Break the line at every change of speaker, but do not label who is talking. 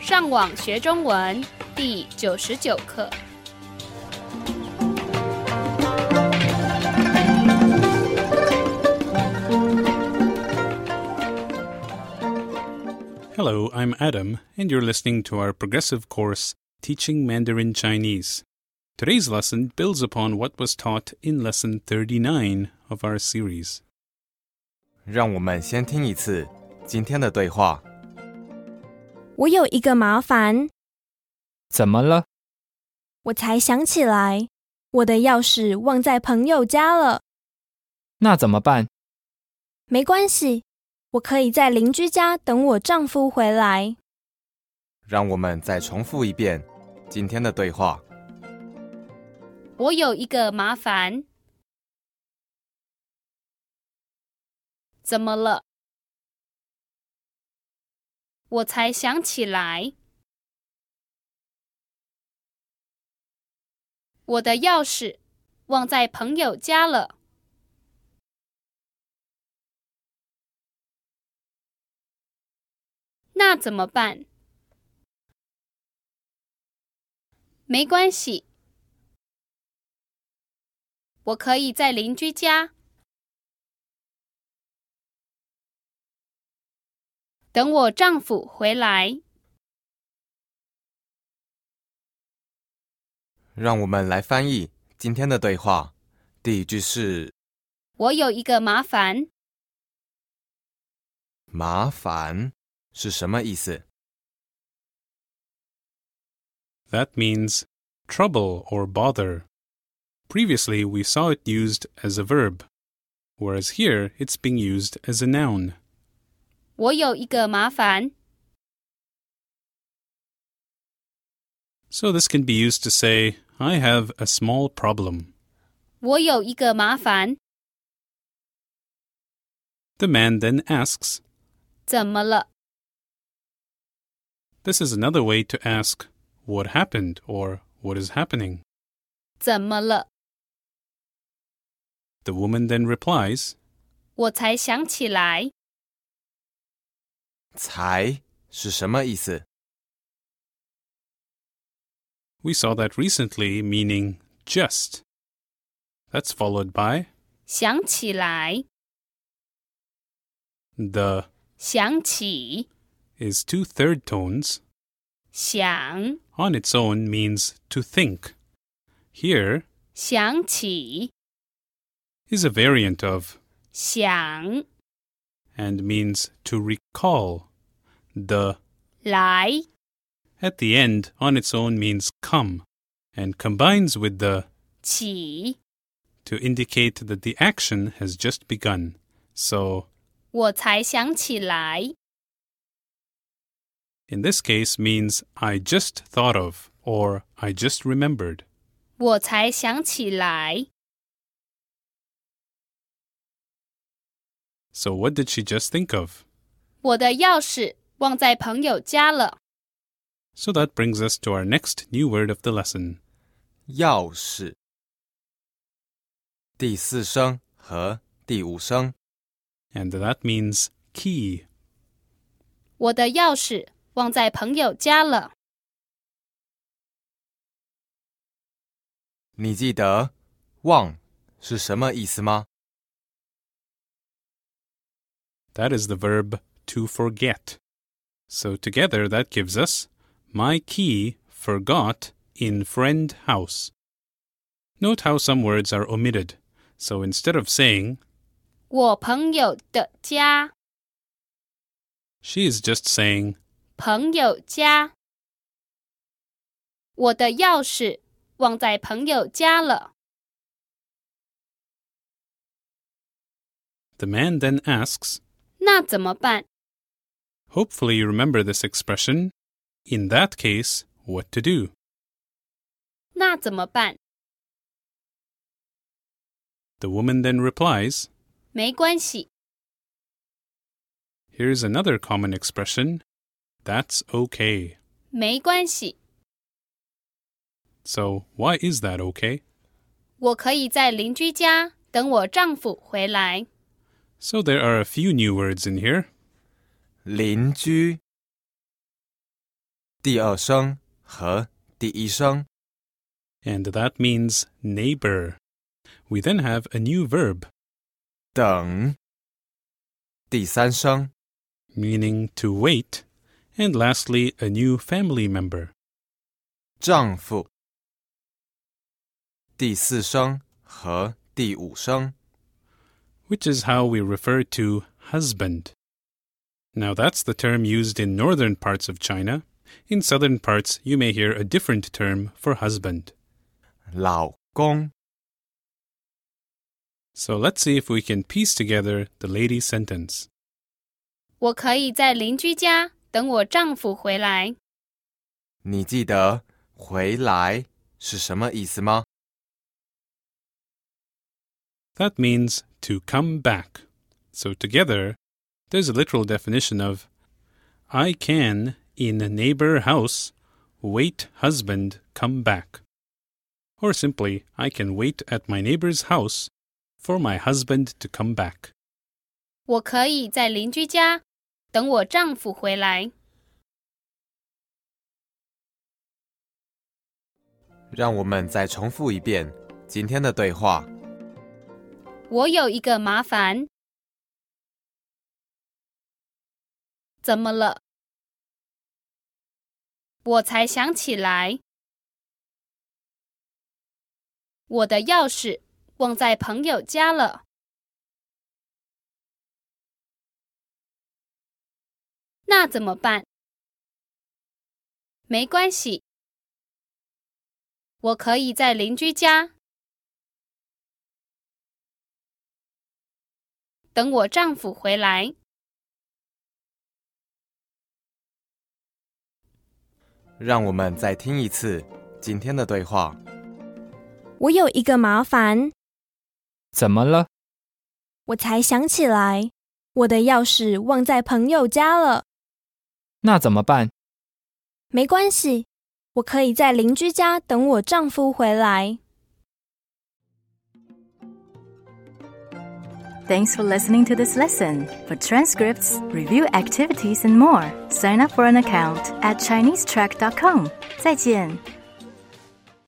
上网学中文第九十九课。
Hello, I'm Adam, and you're listening to our progressive course, Teaching Mandarin Chinese. Today's lesson builds upon what was taught in Lesson 39 of our series.
让我们先听一次今天的对话。
我有一个麻烦，
怎么了？
我才想起来，我的钥匙忘在朋友家了。
那怎么办？
没关系，我可以在邻居家等我丈夫回来。
让我们再重复一遍今天的对话。
我有一个麻烦，怎么了？我才想起来，我的钥匙忘在朋友家了。那怎么办？没关系，我可以在邻居家等我丈夫回来。
让我们来翻译今天的对话。第一句是
我有一个麻烦，
“麻烦”是什么意思？
That means trouble or bother. Previously, we saw it used as a verb, whereas here it's being used as a noun.
我有一个麻烦，
So this can be used to say, I have a small problem.
我有一个麻烦，
The man then asks,
怎么了？
This is another way to ask, What happened? or What is happening?
怎么了？
The woman then replies,
我才想起来，
才是什么意思？
We saw that recently, meaning just. That's followed by
想起来，
the
想起，
is two third tones.
想，
On its own means to think. Here
想起，
is a variant of
想
and means to recall. The
来，
at the end on its own means come and combines with the
起，
to indicate that the action has just begun. So,
我才想起来，
in this case, means I just thought of or I just remembered.
我才想起来，
So, what did she just think of?
我的钥匙忘在朋友家了。
So that brings us to our next new word of the lesson.
钥匙。第四声和第五声，
And that means key.
我的钥匙忘在朋友家了。
你记得“忘”是什么意思吗？
That is the verb to forget. So together that gives us my key forgot in friend house. Note how some words are omitted. So instead of saying
我朋友的家，
she is just saying
朋友家，我的钥匙忘在朋友家了。
the man then asks,
那怎么办？
hopefully you remember this expression, in that case, what to do.
那怎么办？
The woman then replies,
没关系，
here's another common expression, that's okay.
没关系，
So, why is that okay?
我可以在邻居家等我丈夫回来。
So, there are a few new words in here.
邻居。第二声和第一声。
and that means neighbor. We then have a new verb
等，第三声
meaning to wait, and lastly, a new family member.
丈夫，第四声和第五声。
which is how we refer to husband. Now, that's the term used in northern parts of China. In southern parts, you may hear a different term for husband.
老公，
So let's see if we can piece together the lady sentence.
我可以在邻居家等我丈夫回来。
你记得“回来”是什么意思吗？
That means to come back. So, together, there's a literal definition of I can, in neighbor house, wait husband come back. Or simply, I can wait at my neighbor's house for my husband to come back.
我可以在邻居家等我丈夫回来。
让我们再重复一遍今天的对话。
我有一个麻烦。怎么了？我才想起来，我的钥匙忘在朋友家了。那怎么办？没关系，我可以在邻居家等我丈夫回来。
让我们再听一次今天的对话。
我有一个麻烦，
怎么了？
我才想起来，我的钥匙忘在朋友家了。
那怎么办？
没关系，我可以在邻居家等我丈夫回来。
Thanks for listening to this lesson. For transcripts, review activities, and more, sign up for an account at ChineseTrack.com. 再见。